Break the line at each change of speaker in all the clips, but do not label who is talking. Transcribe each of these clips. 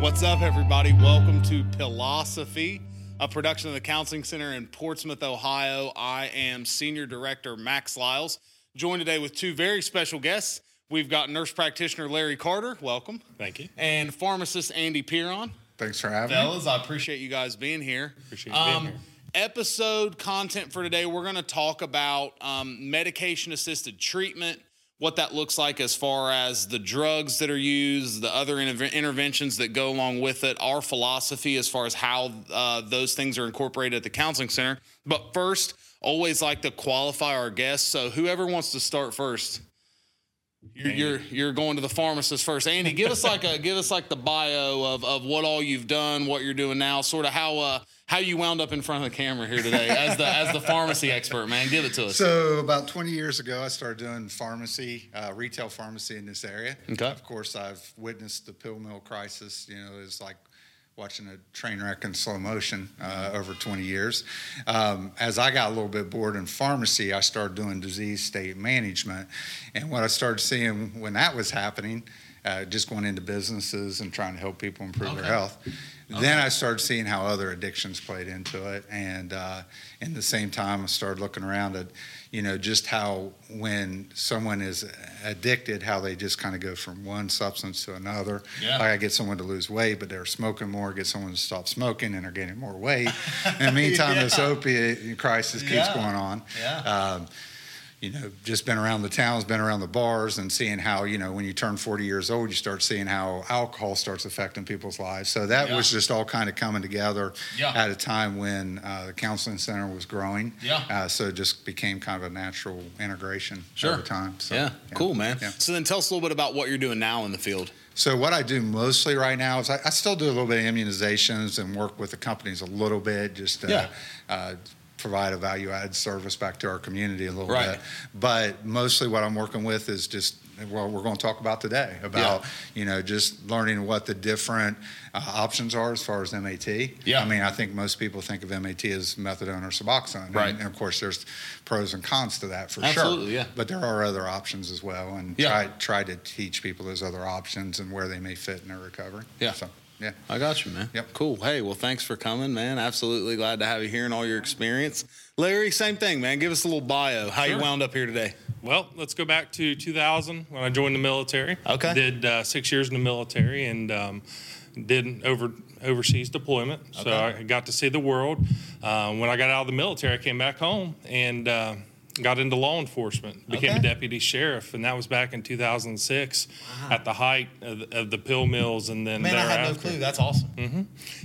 What's up, everybody? Welcome to Philosophy, a production of the Counseling Center in Portsmouth, Ohio. I am Senior Director Max Lyles, joined today with two very special guests. We've got nurse practitioner Larry Carter, welcome,
Thank you.
and pharmacist Andy Piron.
Thanks for having me.
Fellas, I appreciate you guys being here. Um,
Appreciate you being here.
Episode content for today, we're going to talk about um, medication assisted treatment, what that looks like as far as the drugs that are used, the other interve- interventions that go along with it, our philosophy as far as how uh, those things are incorporated at the counseling center. But first, always like to qualify our guests. So whoever wants to start first. You're, you're you're going to the pharmacist first, Andy. Give us like a give us like the bio of, of what all you've done, what you're doing now, sort of how uh how you wound up in front of the camera here today as the as the pharmacy expert, man. Give it to us.
So about 20 years ago, I started doing pharmacy, uh, retail pharmacy in this area.
Okay.
Of course, I've witnessed the pill mill crisis. You know, it's like watching a train wreck in slow motion uh, over 20 years. Um, as I got a little bit bored in pharmacy, I started doing disease state management, and what I started seeing when that was happening. Uh, just going into businesses and trying to help people improve
Okay.
their health. Then I started seeing how other addictions played into it, and uh, in the same time, I started looking around at, you know, just how when someone is addicted, how they just kind of go from one substance to another.
Yeah.
Like I get someone to lose weight, but they're smoking more. Get someone to stop smoking, and they're gaining more weight. In the meantime, this opiate crisis keeps
Yeah.
going on
Yeah.
um, you know, just been around the towns, been around the bars, and seeing how you know when you turn 40 years old, you start seeing how alcohol starts affecting people's lives. So that
Yeah.
was just all kind of coming together
Yeah.
at a time when uh, the counseling center was growing.
Yeah.
Uh, so it just became kind of a natural integration
Sure.
over time. So,
yeah, cool, man.
Yeah.
So then tell us a little bit about what you're doing now in the field.
So what I do mostly right now is I, I still do a little bit of immunizations and work with the companies a little bit just to
Yeah.
uh, provide a value added service back to our community a little
Right.
bit. But mostly what I'm working with is just what we're going to talk about today about you know just learning what the different uh, options are as far as MAT.
Yeah.
I mean I think most people think of MAT as methadone or Suboxone.
Right.
And, and of course there's pros and cons to that for
Absolutely,
sure.
yeah.
But there are other options as well and
Yeah.
try try to teach people those other options and where they may fit in their recovery.
Yeah.
So, yeah.
I got you, man.
Yep.
Cool. Hey, well, thanks for coming, man. Absolutely glad to have you here and all your experience. Larry, same thing, man. Give us a little bio. How you
Sure.
wound up here today?
Well, let's go back to 2000 when I joined the military.
Okay.
Did uh, six years in the military and um, did over overseas deployment. So
Okay.
I got to see the world. Uh, when I got out of the military, I came back home and uh, got into law enforcement. Became
Okay.
a deputy sheriff, and that was back in 2006 at the height of the, of the pill mills, and then thereafter.
That's awesome.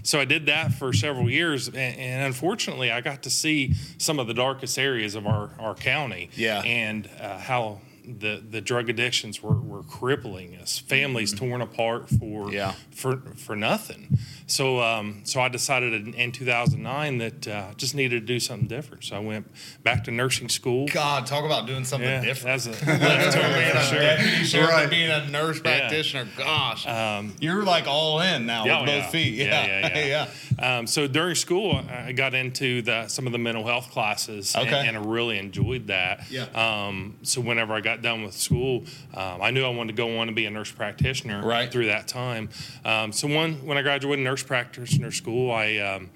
So I did that for several years, and, and unfortunately, I got to see some of the darkest areas of our, our county.
Yeah.
and uh, how the the drug addictions were, were crippling us, families torn apart for
Yeah.
for for nothing. So um, so I decided in, in 2009 that uh, I just needed to do something different. So I went back to nursing school.
God, talk about doing something
Yeah,
different.
that's a left turn
Being
for
a
sure.
deputy sheriff and
Right.
being a nurse practitioner. Gosh, you're like all in now
Yeah,
with
Um, oh,
both feet. Yeah,
yeah, yeah.
yeah.
Um, so during school, I I got into the, some of the mental health classes, and-
Okay.
and, I really enjoyed that.
Yeah.
Um, so whenever I got done with school, um, I knew I wanted to go on to be a nurse practitioner.
Right.
Through that time, um, so one when I graduated nurse practitioner school, I. Um,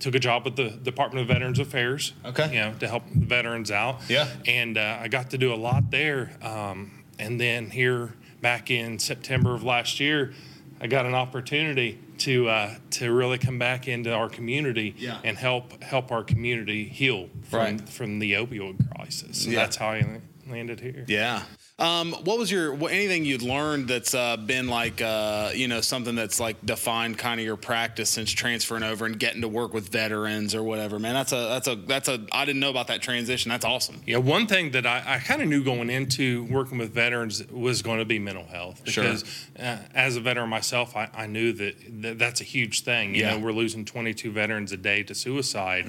Took a job with the Department of Veterans Affairs.
Okay.
You know, to help veterans out.
Yeah.
And uh, I got to do a lot there. Um, and then here back in September of last year, I got an opportunity to uh, to really come back into our community
Yeah.
and help help our community heal from
Right.
from the opioid crisis. So
Yeah.
that's how I landed here.
Yeah. Um, what was your what, anything you'd learned that's uh, been like uh, you know something that's like defined kind of your practice since transferring over and getting to work with veterans or whatever? Man, that's a that's a that's a I didn't know about that transition. That's awesome.
Yeah, one thing that I, I kind of knew going into working with veterans was going to be mental health
Sure.
because uh, as a veteran myself, I, I knew that, that that's a huge thing. You
Yeah. Mm-hmm.
know, we're losing 22 veterans a day to suicide.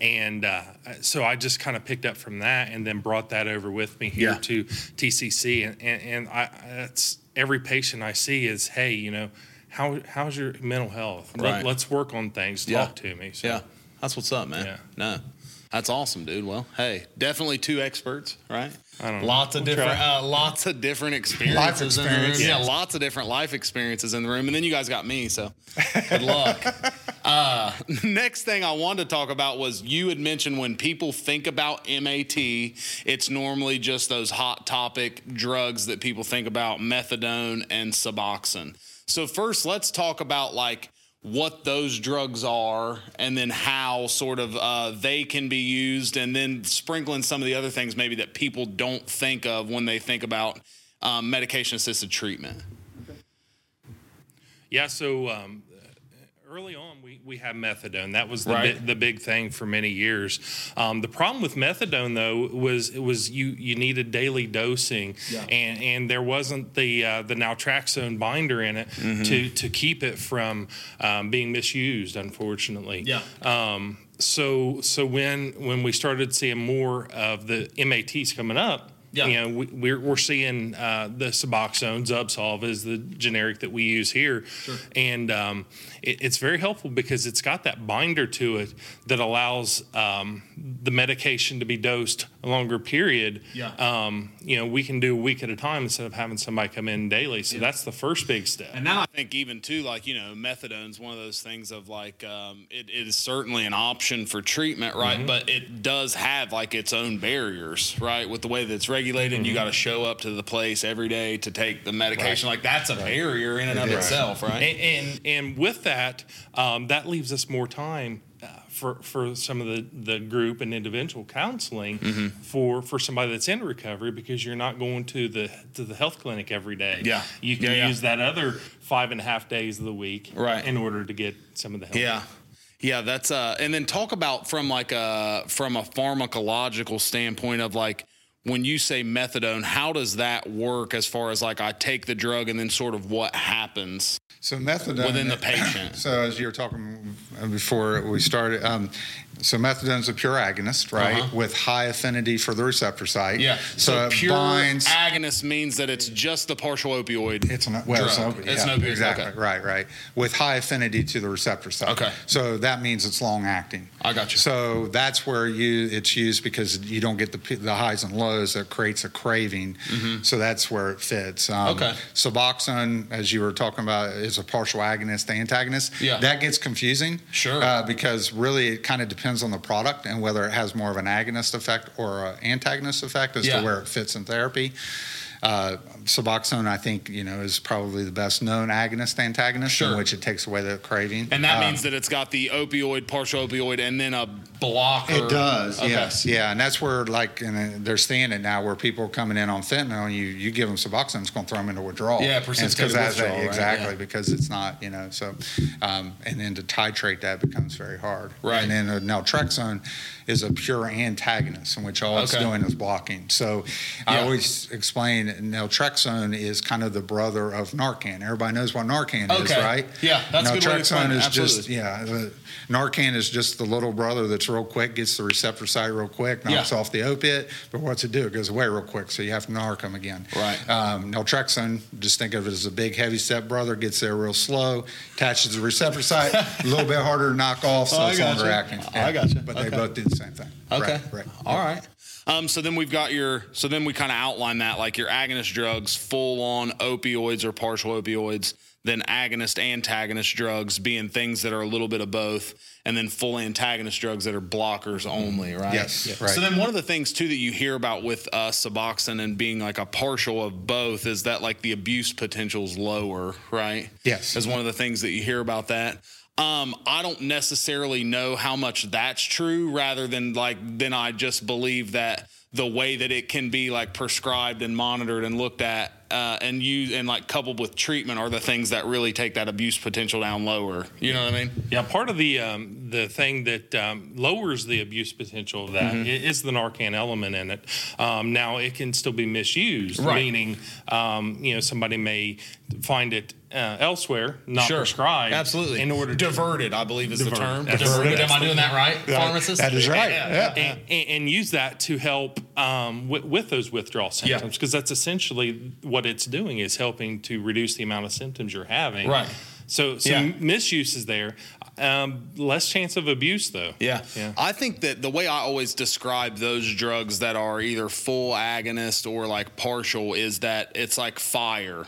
And uh, so I just kind of picked up from that and then brought that over with me here
Yeah.
to TCC. And, and, and I, that's every patient I see is, hey, you know, how, how's your mental health?
Right.
Let, us work on things.
Yeah.
Talk to me. So,
Yeah, that's what's up, man.
Yeah.
No,
That's awesome, dude. Well, hey, definitely two experts, right?
I don't know.
Lots of
We'll
different,
try.
uh, lots of different experiences. in the room.
experience.
Yeah, lots of different life experiences in the room, and then you guys got me. So, good luck. uh, next thing I wanted to talk about was you had mentioned when people think about MAT, it's normally just those hot topic drugs that people think about, methadone and Suboxone. So first, let's talk about like what those drugs are and then how sort of uh, they can be used and then sprinkling some of the other things maybe that people don't think of when they think about um, medication assisted treatment
Yeah, so um, early on, we, we had methadone. That was the,
Right.
bi- the big thing for many years. Um, the problem with methadone, though, was it was you you needed daily dosing, and and there wasn't the uh, the naltraxone binder in it to to keep it from um, being misused. Unfortunately,
Yeah.
Um, so so when when we started seeing more of the MATs coming up,
Yeah.
you know, we, we're we're seeing uh, the Suboxone, Zubsolv is the generic that we use here, and um, it, it's very helpful because it's got that binder to it that allows um, the medication to be dosed a longer period.
Yeah.
Um, you know, we can do a week at a time instead of having somebody come in daily. So that's the first big step.
And now I
I think even too, like you know, methadone's one of those things of like um, it, it is certainly an option for treatment, right? But it does have like its own barriers, right? With the way that it's regulated, you got to show up to the place every day to take the medication. Like that's a barrier in and of itself, right?
and, and and with that, um, that leaves us more time uh, for for some of the, the group and individual counseling
Mm-hmm.
for for somebody that's in recovery because you're not going to the to the health clinic every day.
Yeah.
you can
Yeah, yeah.
use that other five and a half days of the week,
Right.
in order to get some of the help.
Yeah. Yeah, that's uh and then talk about from like a from a pharmacological standpoint of like when you say methadone, how does that work as far as like I take the drug and then sort of what happens?
So methadone
Within the patient.
So as you were talking before we started, um, so methadone is a pure agonist, right, with high affinity for the receptor site.
Yeah.
So, it
Uh-huh. pure
binds.
agonist means that it's just the partial opioid.
it's an well, it's an
drug.
opiate,
It's
yeah,
an opiate,
Exactly.
okay.
Right. Right. With high affinity to the receptor site.
Okay.
So that means it's long acting.
I got you.
So that's where you it's used because you don't get the p- the highs and lows that creates a craving. So that's where it fits. Um,
Mm-hmm. Okay.
Suboxone, as you were talking about, is a partial agonist, antagonist.
Yeah.
That gets confusing.
Sure.
Uh, because really, it kind of depends on the product and whether it has more of an agonist effect or an antagonist effect as
Yeah.
to where it fits in therapy. Uh, Suboxone, I think, you know, is probably the best known agonist antagonist
Sure.
in which it takes away the craving.
And that
Uh,
means that it's got the opioid, partial opioid, and then a blocker.
it does,
Okay.
yes, yeah, and that's where like and uh, they're seeing it now, where people are coming in on fentanyl, and you you give them Suboxone, it's going to throw them into withdrawal. And
Yeah,
it's 'cause
precipitated
that's-
withdrawal, right,
exactly,
yeah.
because it's not you know so, um, and then to titrate that becomes very hard.
Right.
and then uh, naltrexone is a pure antagonist in which all it's
Okay.
doing is blocking. So I
Yeah.
always explain naltrexone is kind of the brother of Narcan. Everybody knows what Narcan is,
Okay.
right?
Yeah, that's a good way to explain
naltrexone
it,
is just
absolutely.
yeah, the, Narcan is just the little brother that's real quick, gets the receptor site real quick, knocks
Yeah.
off the opiate. But what's it do? It goes away real quick, so you have to narc them again.
Right.
Um, naltrexone, just think of it as a big, heavy set brother, gets there real slow, attaches the receptor site, a little bit harder to knock off, so
Oh, I
it's longer
gotcha.
acting.
I gotcha.
But
Okay.
they both do the same thing.
Okay.
Right. right.
All right. Um, so then we've got your. So then we kind of outline that like your agonist drugs, full on opioids or partial opioids, then agonist antagonist drugs being things that are a little bit of both, and then full antagonist drugs that are blockers only, right?
Yes, Yeah. right.
So then one of the things too that you hear about with uh, Suboxone and being like a partial of both is that like the abuse potential's lower, right?
Yes.
Is one of the things that you hear about that. Um, I don't necessarily know how much that's true rather than like then I just believe that the way that it can be like prescribed and monitored and looked at uh, and used and like coupled with treatment are the things that really take that abuse potential down lower. You know what I mean?
Yeah, part of the um, the thing that um, lowers the abuse potential of that i
Mm-hmm.
is the Narcan element in it. Um, now it can still be misused,
Right.
meaning um, you know somebody may find it uh, elsewhere, not prescribed,
Absolutely.
in order to
diverted, I believe is the term.
Diverted.
Diverted. Am I doing that right, pharmacist?
That is right.
Yeah.
yeah.
and, and, and use that to help um, with, with those withdrawal
Yeah.
symptoms because that's essentially what it's doing is helping to reduce the amount of symptoms you're having.
Right.
So, so
Yeah.
misuse is there. Um, less chance of abuse, though.
Yeah. I think that the way I always describe those drugs that are either full agonist or like partial is that it's like fire.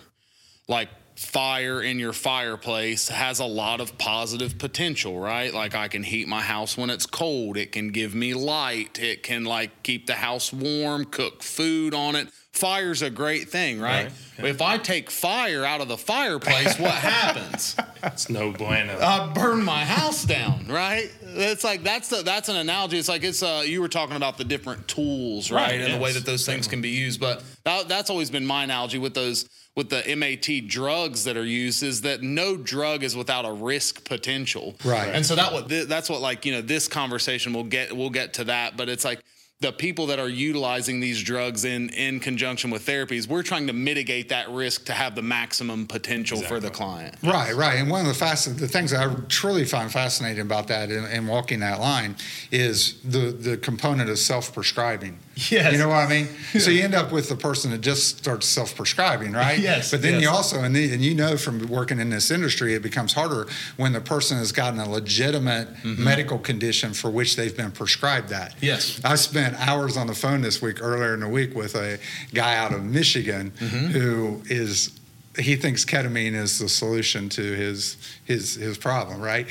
Like fire in your fireplace has a lot of positive potential, right? Like I can heat my house when it's cold, it can give me light, it can like keep the house warm, cook food on it. Fire's a great thing, right?
Right.
If I take fire out of the fireplace, what happens?
It's no bueno.
I burn my house down, right? It's like that's the that's an analogy. It's like it's uh you were talking about the different tools, right,
Right,
and the way
yes.
that those things can be used. But that, that's always been my analogy with those with the MAT drugs that are used is that no drug is without a risk potential,
Right.
And so that what thi- that's what like you know this conversation will get we'll get to that, but it's like. The people that are utilizing these drugs in in conjunction with therapies, we're trying to mitigate that risk to have the maximum potential for the client.
Right, right. And one of the fasc- the things that I truly find fascinating about that and, and walking that line is the, the component of self prescribing.
Yes.
You know what I mean? So you end up with the person that just starts self prescribing, right?
Yes,
But then you
yes.
also, and, the, and you know from working in this industry, it becomes harder when the person has gotten a legitimate medical condition for which they've been prescribed that.
Mm-hmm. Yes.
I spent hours on the phone this week, earlier in the week, with a guy out of Michigan
Mm-hmm.
who is he thinks ketamine is the solution to his his his problem, right?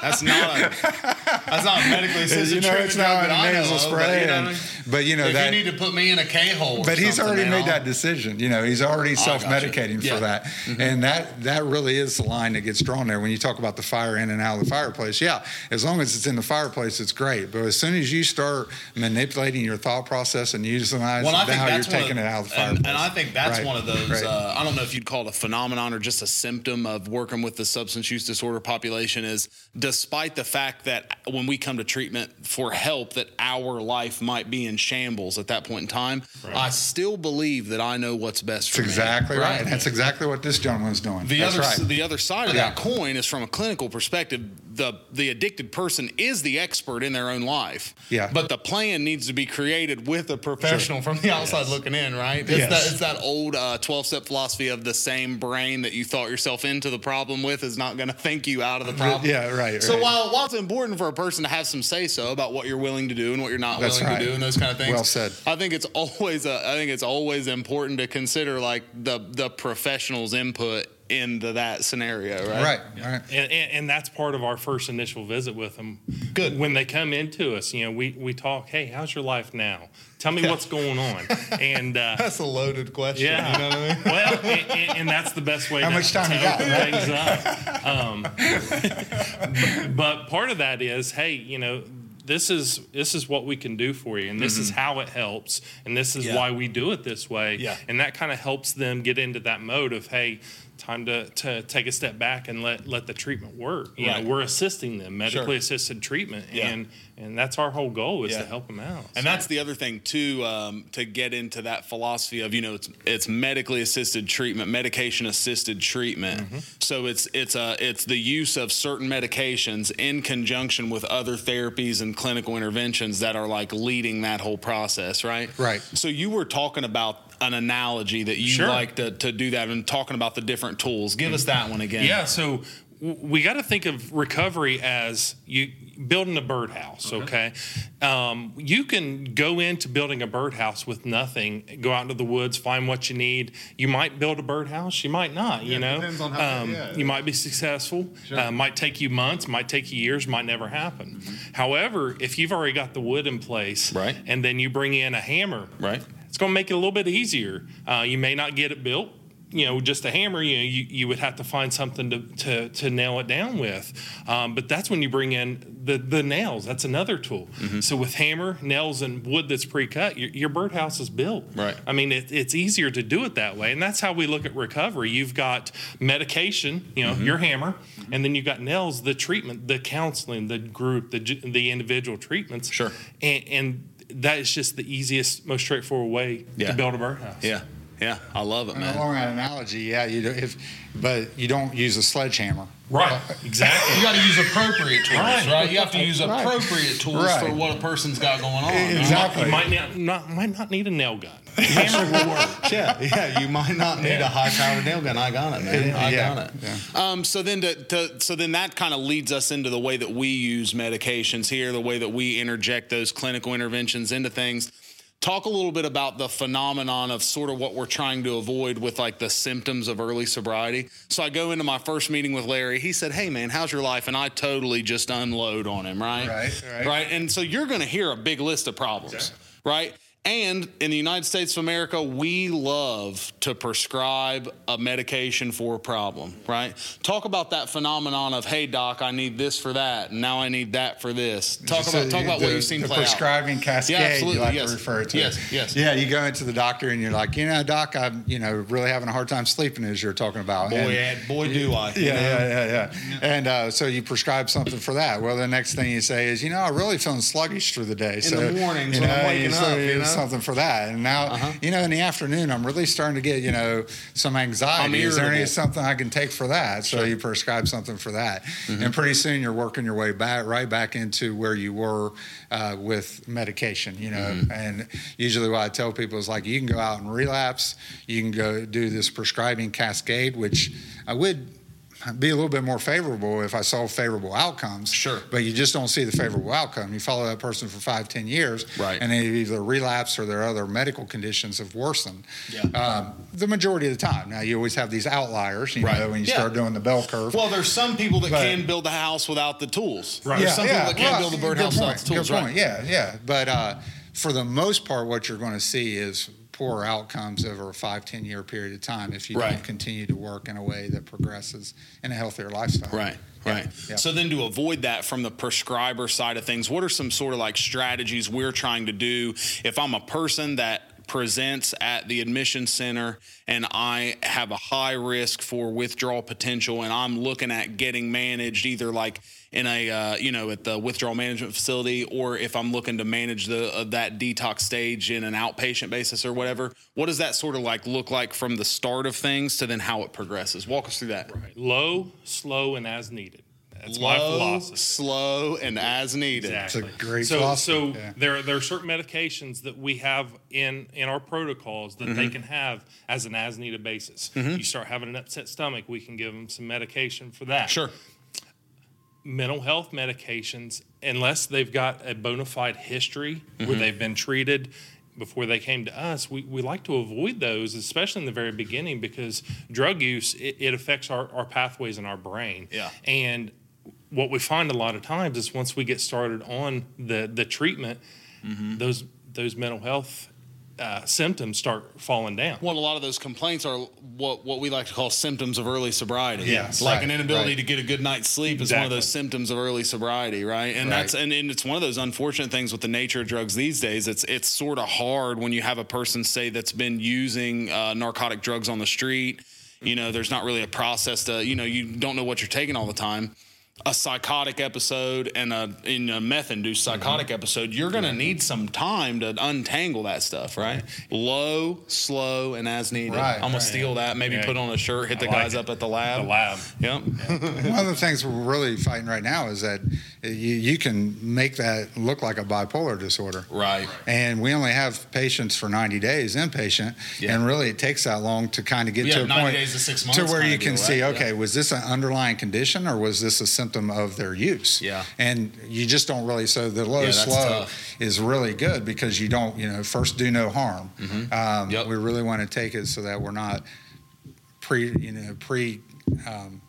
That's not a, that's not medically assisted
you know,
treatment
it's
drug
not
that I
a nasal
know of,
spray,
But, you know,
and- but you know,
if
that.
you need to put me in a K hole,
but he's already made that decision. You know, he's already
gotcha.
self-medicating
Yeah. Mm-hmm.
for that, and that that really is the line that gets drawn there when you talk about the fire in and out of the fireplace. Yeah, as long as it's in the fireplace, it's great. But as soon as you start manipulating your thought process and using how
Well, I think
you're
that's one
taking
of,
it out of the
and-
fireplace,
and, I think that's
Right,
one of those.
right.
Uh, I don't know if you'd call it a phenomenon or just a symptom of working with the substance use disorder population. Is despite the fact that when we come to treatment for help, that our life might be in shambles at that point in time. I still believe that I know what's best for
That's
me.
exactly right. And that's exactly what this gentleman's doing.
The
that's
other
right.
the other side of that
Yeah.
coin is from a clinical perspective. The the addicted person is the expert in their own life.
Yeah.
But the plan needs to be created with a professional from the outside looking in, right? It's,
Yes.
that, it's that old twelve step philosophy of the same brain that you thought yourself into the problem with is not going to think you out of the problem.
yeah, right,
So
right.
while while it's important for a person to have some say so about what you're willing to do and what you're not
That's
willing
right.
to do and those kind of things,
Well said.
I think it's always a, I think it's always important to consider like the the professional's input into that scenario, right?
right, right.
and, and, and that's part of our first initial visit with them.
Good.
When they come into us, you know, we, we talk, hey, how's your life now? Tell me what's going on. And uh,
That's a loaded question.
yeah,
You know what I mean?
well, and, and, and that's the best way.
How
to
much time you
to
got,
open Things up. Um, but part of that is, hey, you know, this is this is what we can do for you, and this is how it helps, and this is
Mm-hmm. Yeah.
why we do it this way.
Yeah.
and that kind of helps them get into that mode of, hey. Time to, to take a step back and let, let the treatment work. You
Right.
know, we're assisting them medically assisted treatment,
Yeah.
and and that's our whole goal is
Yeah.
to help them out.
And that's the other thing too, um, to get into that philosophy of you know it's it's medically assisted treatment, medication assisted treatment.
Mm-hmm.
So it's it's a it's the use of certain medications in conjunction with other therapies and clinical interventions that are like leading that whole process, right?
Right.
So you were talking about an analogy that you
Sure.
like to to do that, and talking about the different tools. Give us that one again.
Yeah, so w- we got to think of recovery as you building a birdhouse. Okay, Um, you can go into building a birdhouse with nothing. Go out into the woods, find what you need. You might build a birdhouse, you might not. you
it
know,
depends on how-
Um,
yeah.
you might be successful. Uh, might take you months, might take you years, might never happen.
Mm-hmm.
However, if you've already got the wood in place,
Right.
and then you bring in a hammer,
Right.
it's going to make it a little bit easier. Uh, you may not get it built. You know, just a hammer. You know, you, you would have to find something to to, to nail it down with. Um, but that's when you bring in the the nails. That's another tool.
Mm-hmm.
So with hammer, nails, and wood that's pre-cut, your, your birdhouse is built.
Right.
I mean, it, it's easier to do it that way, and that's how we look at recovery. You've got medication, you know,
Mm-hmm.
your hammer, and then you've got nails, the treatment, the counseling, the group, the ju- the individual treatments.
Sure.
And, and that is just the easiest, most straightforward way
Yeah.
to build a birdhouse.
Yeah.
Yeah, I love it,
And
man.
Along that analogy, yeah, you do, if, but you don't use a sledgehammer.
Right. Exactly.
You got to use appropriate tools, right.
Right.
You have to use
Right.
appropriate tools
Right.
for what a person's got going on.
E, Exactly.
You might not, not might not need a nail gun. Hammer will work.
yeah, yeah. You might not need a high powered nail gun. I got it, man. I
Yeah,
got it.
Um, so then, to, to, so then that kind of leads us into the way that we use medications here, the way that we interject those clinical interventions into things. Talk a little bit about the phenomenon of sort of what we're trying to avoid with like the symptoms of early sobriety. So I go into my first meeting with Larry. He said, "Hey man, how's your life?" And I totally just unload on him, right?
Right, right.
Right. And so you're going to hear a big list of problems, right? And in the United States of America, we love to prescribe a medication for a problem, right? Talk about that phenomenon of, hey, doc, I need this for that, and now I need that for this. Talk
So
about talk about what
the-
you've seen
the
play out.
prescribing cascade.
Yeah, absolutely,
You like
yes.
to refer to.
Yes, yes.
Yeah, you go into the doctor and you're like, you know, doc, I'm, you know, really having a hard time sleeping, as you're talking about.
Boy,
And-
yeah, boy, do I.
yeah, yeah, yeah, yeah, And uh, so you prescribe something for that. Well, the next thing you say is, you know, I'm really feeling sluggish through the day. In so,
the mornings when I'm waking
you
up,
you
you know? Uh-huh.
something for that. And now, you know, in the afternoon, I'm really starting to get, you know, some
I'm
anxiety. Is there any
irritable.
something I can take for that? So you prescribe something for that,
Mm-hmm.
and pretty soon you're working your way back, right back into where you were uh, with medication. You know,
Mm-hmm.
and usually what I tell people is like, you can go out and relapse. You can go do this prescribing cascade, which I would be a little bit more favorable if I saw favorable outcomes.
Sure.
But you just don't see the favorable outcome. You follow that person for five, ten years,
Right.
and they either relapse or their other medical conditions have worsened.
Yeah.
Um, the majority of the time. Now you always have these outliers, you
Right.
know, when you
Yeah.
start doing the bell curve.
Well, there's some people that
But-
can build a house without the tools.
Right.
There's some people that can
well,
build a
good
birdhouse
point,
without the tools,
good
right?
point. Yeah, yeah. But uh, for the most part, what you're going to see is poor outcomes over a five, ten year period of time if you
Right.
don't continue to work in a way that progresses in a healthier lifestyle.
Right.
Yeah,
Right.
yeah.
So then to avoid that from the prescriber side of things, what are some sort of like strategies we're trying to do if I'm a person that presents at the admission center and I have a high risk for withdrawal potential and I'm looking at getting managed either like in a uh, you know at the withdrawal management facility or if I'm looking to manage the uh, that detox stage in an outpatient basis or whatever what does that sort of like look like from the start of things to then how it progresses walk us through that
Low, slow, and as needed. That's my
low,
philosophy.
slow, and as needed.
Exactly.
It's a great
so,
philosophy,
So
yeah.
there, there are certain medications that we have in in our protocols that
Mm-hmm.
they can have as an as needed basis. You start having an upset stomach, we can give them some medication for that.
Sure.
Mental health medications, unless they've got a bona fide history
Mm-hmm.
where they've been treated before they came to us, we, we like to avoid those, especially in the very beginning, because drug use, it, it affects our, our pathways in our brain.
Yeah.
And what we find a lot of times is once we get started on the the treatment,
Mm-hmm.
those those mental health uh, symptoms start falling down.
Well, a lot of those complaints are what what we like to call symptoms of early sobriety.
Yes,
like
right,
an inability
right.
to get a good night's sleep is one of
Exactly.
those symptoms of early sobriety, right? And that's
Right.
and, and it's one of those unfortunate things with the nature of drugs these days. It's it's sort of hard when you have a person say that's been using uh, narcotic drugs on the street. You know, there's not really a process to you know you don't know what you're taking all the time. a psychotic episode and a in a meth induced
Mm-hmm.
psychotic episode, you're gonna need some time to untangle that stuff, right? Low, slow, and as needed.
Right,
I'm gonna
right.
steal that, maybe
Yeah.
put on a shirt, hit the
I like
guys
it.
up at the lab.
The lab.
Yep.
one of the things we're really fighting right now is that you, you can make that look like a bipolar disorder.
Right.
And we only have patients for 90 days inpatient.
Yeah.
And really, it takes that long to kind of get
Yeah,
to a
90
point
days to six
to
months
where
kinda
you can
deal,
see,
right?
okay, was this an underlying condition or was this a symptom of their use?
Yeah.
And you just don't really. So the low
Yeah, that's
slow
tough.
is really good because you don't, you know, first do no harm. Um,
Mm-hmm. Yep.
We really want to take it so that we're not pre, you know, pre. Um,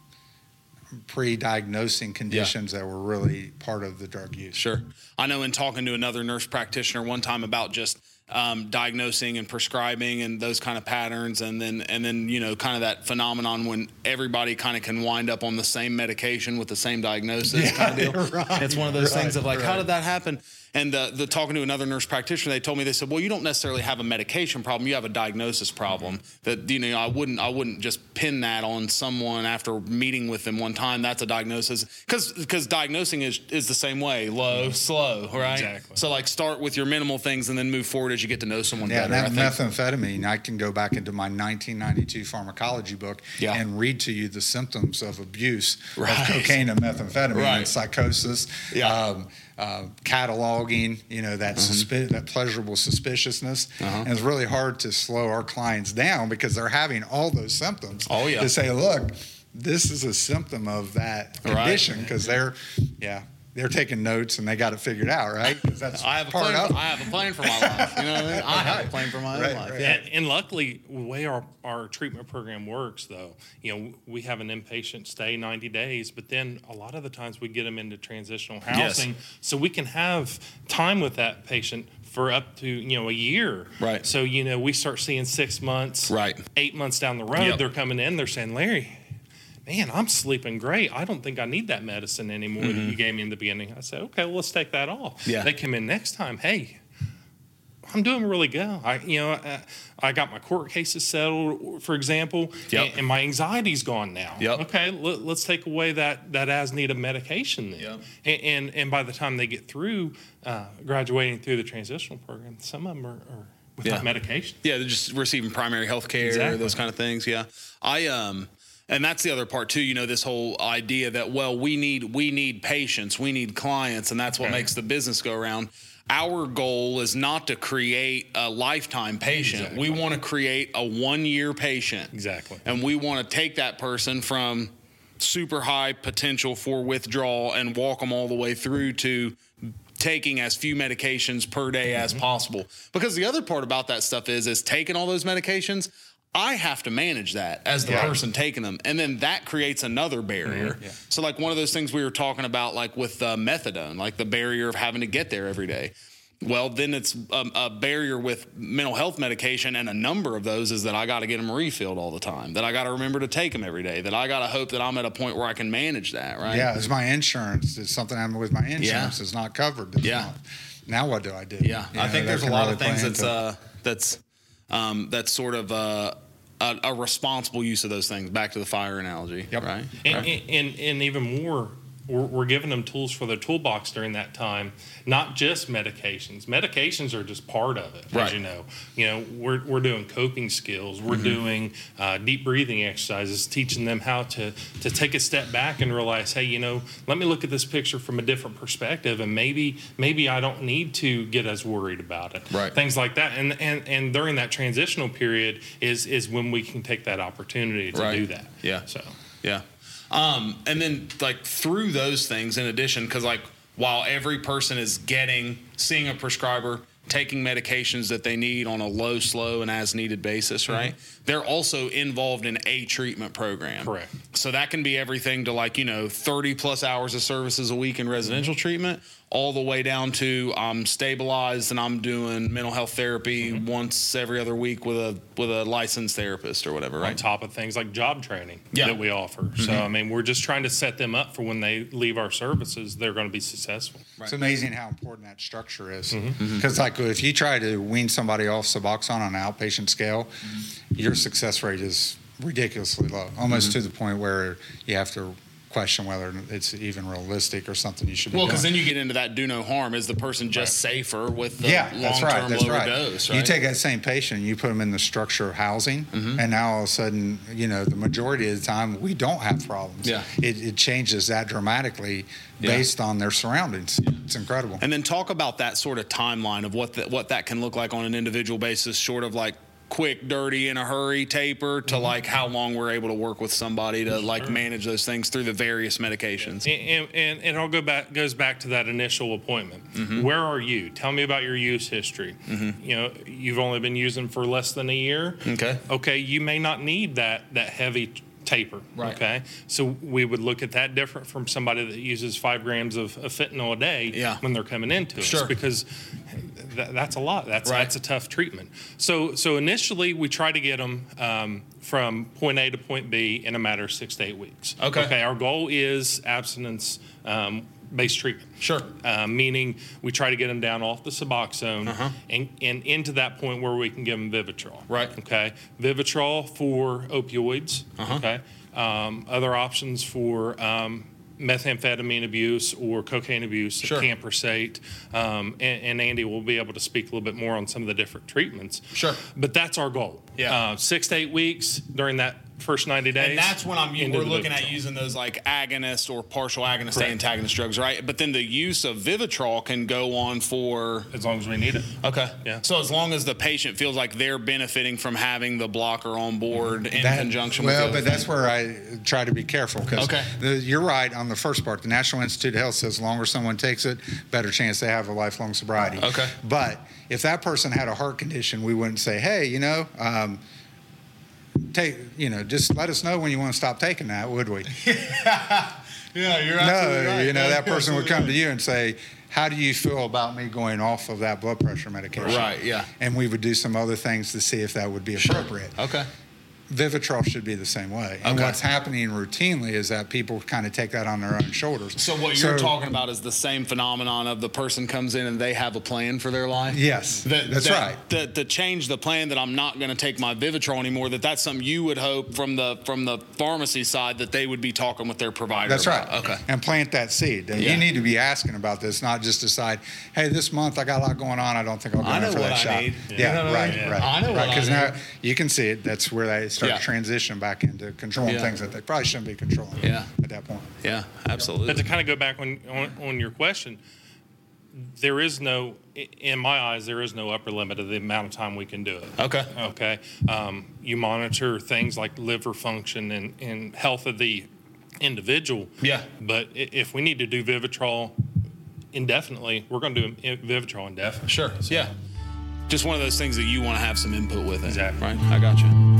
pre-diagnosing conditions that were really part of the drug use.
Sure. I know in talking to another nurse practitioner one time about just um, diagnosing and prescribing and those kind of patterns, and then and then you know kind of that phenomenon when everybody kind of can wind up on the same medication with the same diagnosis. kind of deal. It's one of those things of like, how did that happen?
And the, the talking to another nurse practitioner, they told me they said, "Well, you don't necessarily have a medication problem; you have a diagnosis problem." That you know, I wouldn't I wouldn't just pin that on someone after meeting with them one time. That's a diagnosis because because diagnosing is is the same way, low, slow, right?
Exactly.
So like start with your minimal things and then move forward as you get to know someone
Yeah,
better. I
that
think.
methamphetamine. I can go back into my 1992 pharmacology book
Yeah.
and read to you the symptoms of abuse
Right.
of cocaine and methamphetamine,
Right.
and psychosis,
Yeah. Mm-hmm.
um, uh, cataloging. You know that suspi- that pleasurable suspiciousness,
Uh-huh.
and it's really hard to slow our clients down because they're having all those symptoms.
Oh, yeah.
to say, look, this is a symptom of that
Right.
condition because they're, yeah. They're taking notes and they got it figured out, right? 'Cause that's
I have a
part
plan.
of
For,
it.
I have a plan for my life. You know what I mean? I have a plan for my own
Right,
life.
right.
Yeah.
And, and luckily, the way our, our treatment program works, though, you know, we have an inpatient stay 90 days, but then a lot of the times we get them into transitional housing, so we can have time with that patient for up to you know a year.
Right.
So you know, we start seeing six months,
Right.
eight months down the road,
Yep.
they're coming in, they're saying, Larry. Man, I'm sleeping great. I don't think I need that medicine anymore that you gave me in the beginning. I said, okay, well, let's take that off.
Mm-hmm. Yeah.
They come in next time. Hey, I'm doing really good. I, you know, I, I got my court cases settled, for example,
Yep.
and, and my anxiety's gone now.
Yep.
Okay, let, let's take away that that as needed medication then.
Yep.
And, and and by the time they get through uh, graduating through the transitional program, some of them are, are without
Yeah.
medication.
Yeah, they're just receiving primary health care,
Exactly.
those kind of things. Yeah. I um and that's the other part too, you know, this whole idea that well, we need we need patients, we need clients, and that's what makes the business go around. Our goal is not to create a lifetime patient. We want to create a one-year patient.
Exactly.
And we want to take that person from super high potential for withdrawal and walk them all the way through to taking as few medications per day as possible. Because the other part about that stuff is is taking all those medications, I have to manage that as the
Yeah.
person taking them. And then that creates another barrier. So like one of those things we were talking about like with uh, methadone, like the barrier of having to get there every day. Well, then it's a, a barrier with mental health medication, and a number of those is that I got to get them refilled all the time, that I got to remember to take them every day, that I got to hope that I'm at a point where I can manage that, right?
Yeah, it's my insurance. It's something I'm with my insurance.
Yeah.
It's not covered. this
Yeah.
month. Now what do I do?
Yeah,
You
I
know, that
think there's a
can
lot
really
of things
play
that's
into it.
uh, that's um, that's sort of uh, a, a responsible use of those things. Back to the fire analogy,
Yep.
right?
And,
Right.
and, and, and even more, we're, we're giving them tools for their toolbox during that time, not just medications. Medications are just part of it,
Right. Mm-hmm.
as you know. You know, we're, we're doing coping skills, we're doing uh, deep breathing exercises, teaching them how to, to take a step back and realize, hey, you know, let me look at this picture from a different perspective, and maybe maybe I don't need to get as worried about it.
Right.
Things like that. And, and, and during that transitional period is, is when we can take that opportunity to
Right.
do that.
Yeah.
So.
Yeah. Um, and then like through those things, in addition, because like while every person is getting seeing a prescriber, taking medications that they need on a low, slow, and as needed basis, right? They're also involved in a treatment program.
Correct.
So that can be everything to like, you know, 30 plus hours of services a week in residential treatment, all the way down to I'm stabilized and I'm doing mental health therapy once every other week with a with a licensed therapist or whatever,
on
right?
top of things like job training
Yeah. Mm-hmm.
that we offer. So I mean, we're just trying to set them up for when they leave our services, they're going to be successful.
It's amazing how important that structure is. Because,
Mm-hmm.
like, if you try to wean somebody off Suboxone on an outpatient scale,
Mm-hmm.
your success rate is ridiculously low, almost to the point where you have to question whether it's even realistic or something you should be
Well,
doing.
because then you get into that do no harm. Is the person just safer with the
yeah,
long
that's
term
right. That's
lower
right.
dose?
You
right? Mm-hmm.
take that same patient, you put them in the structure of housing, and now all of a sudden, you know, the majority of the time we don't have problems.
Yeah.
it, it changes that dramatically
Yeah.
based on their surroundings. It's incredible.
and then talk about that sort of timeline of what that what that can look like on an individual basis, short of like quick, dirty, in a hurry taper to like how long we're able to work with somebody to like manage those things through the various medications.
And and, and it all go back goes back to that initial appointment.
Mm-hmm.
Where are you? Tell me about your use history. You know, you've only been using for less than a year.
Okay.
Okay, you may not need that that heavy t- taper.
Right.
Okay. So we would look at that different from somebody that uses five grams of, of fentanyl a day
Yeah.
when they're coming into
Sure.
us because th- that's a lot. That's
Right.
that's a tough treatment. So so initially we try to get them um, from point A to point B in a matter of six to eight weeks.
Okay.
Okay. Our goal is abstinence um, based treatment.
Sure.
Uh, meaning we try to get them down off the Suboxone and, and into that point where we can give them Vivitrol.
Uh-huh. Right.
Okay. Vivitrol for opioids.
Uh-huh.
Okay. Um, other options for um, methamphetamine abuse or cocaine abuse,
Sure.
campersate. Um, and, and Andy will be able to speak a little bit more on some of the different treatments.
Sure.
But that's our goal.
Yeah.
Uh, six to eight weeks during that first 90 days.
And that's when I'm
into
we're
the
looking at
Vivitrol.
using those like agonist or partial agonist
Correct.
antagonist drugs, right? But then the use of Vivitrol can go on for
As long as we need it.
okay.
Yeah.
So as long as the patient feels like they're benefiting from having the blocker on board in
That-
conjunction
well,
with the
but that's where I try to be careful because
Okay.
you're right on the first part. The National Institute of Health says the longer someone takes it, better chance they have a lifelong sobriety.
Okay.
But if that person had a heart condition, we wouldn't say, hey, you know, um, take, you know, just let us know when you want to stop taking that, would we?
Yeah, you're absolutely
no,
right.
you know,
Yeah,
that
you're
person would come to
absolutely
you and say, how do you feel about me going off of that blood pressure medication?
Right, yeah.
And we would do some other things to see if that would be appropriate.
Okay.
Vivitrol should be the same way. And
Okay.
what's happening routinely is that people kind of take that on their own shoulders.
So what you're talking about is the same phenomenon of the person comes in and they have a plan for their life.
Yes,
That,
that's
that-
right.
That to change the plan that I'm not going to take my Vivitrol anymore. That that's something you would hope from the from the pharmacy side that they would be talking with their provider.
That's right.
about. Okay.
And plant that seed. That
Yeah.
You need to be asking about this, not just decide, hey, this month I got a lot going on. I don't think I'll go
I
in
know
for
what
that shot.
I need.
Yeah,
You know what I
right,
mean?
right.
I know what I
Because
need.
now you can see it. That's where they start
Yeah.
to transition back into controlling
Yeah.
things that they probably shouldn't be controlling
Yeah.
at that point.
Yeah. Absolutely.
But to kind of go back on, on on your question, there is no, i- in my eyes, there is no upper limit of the amount of time we can do it.
Okay.
Okay. Um, you monitor things like liver function and, and health of the individual.
Yeah.
But i- if we need to do Vivitrol indefinitely, we're going to do in- Vivitrol indefinitely.
Sure. Yeah. Just one of those things that you want to have some input with. In,
Exactly.
Right. I got you.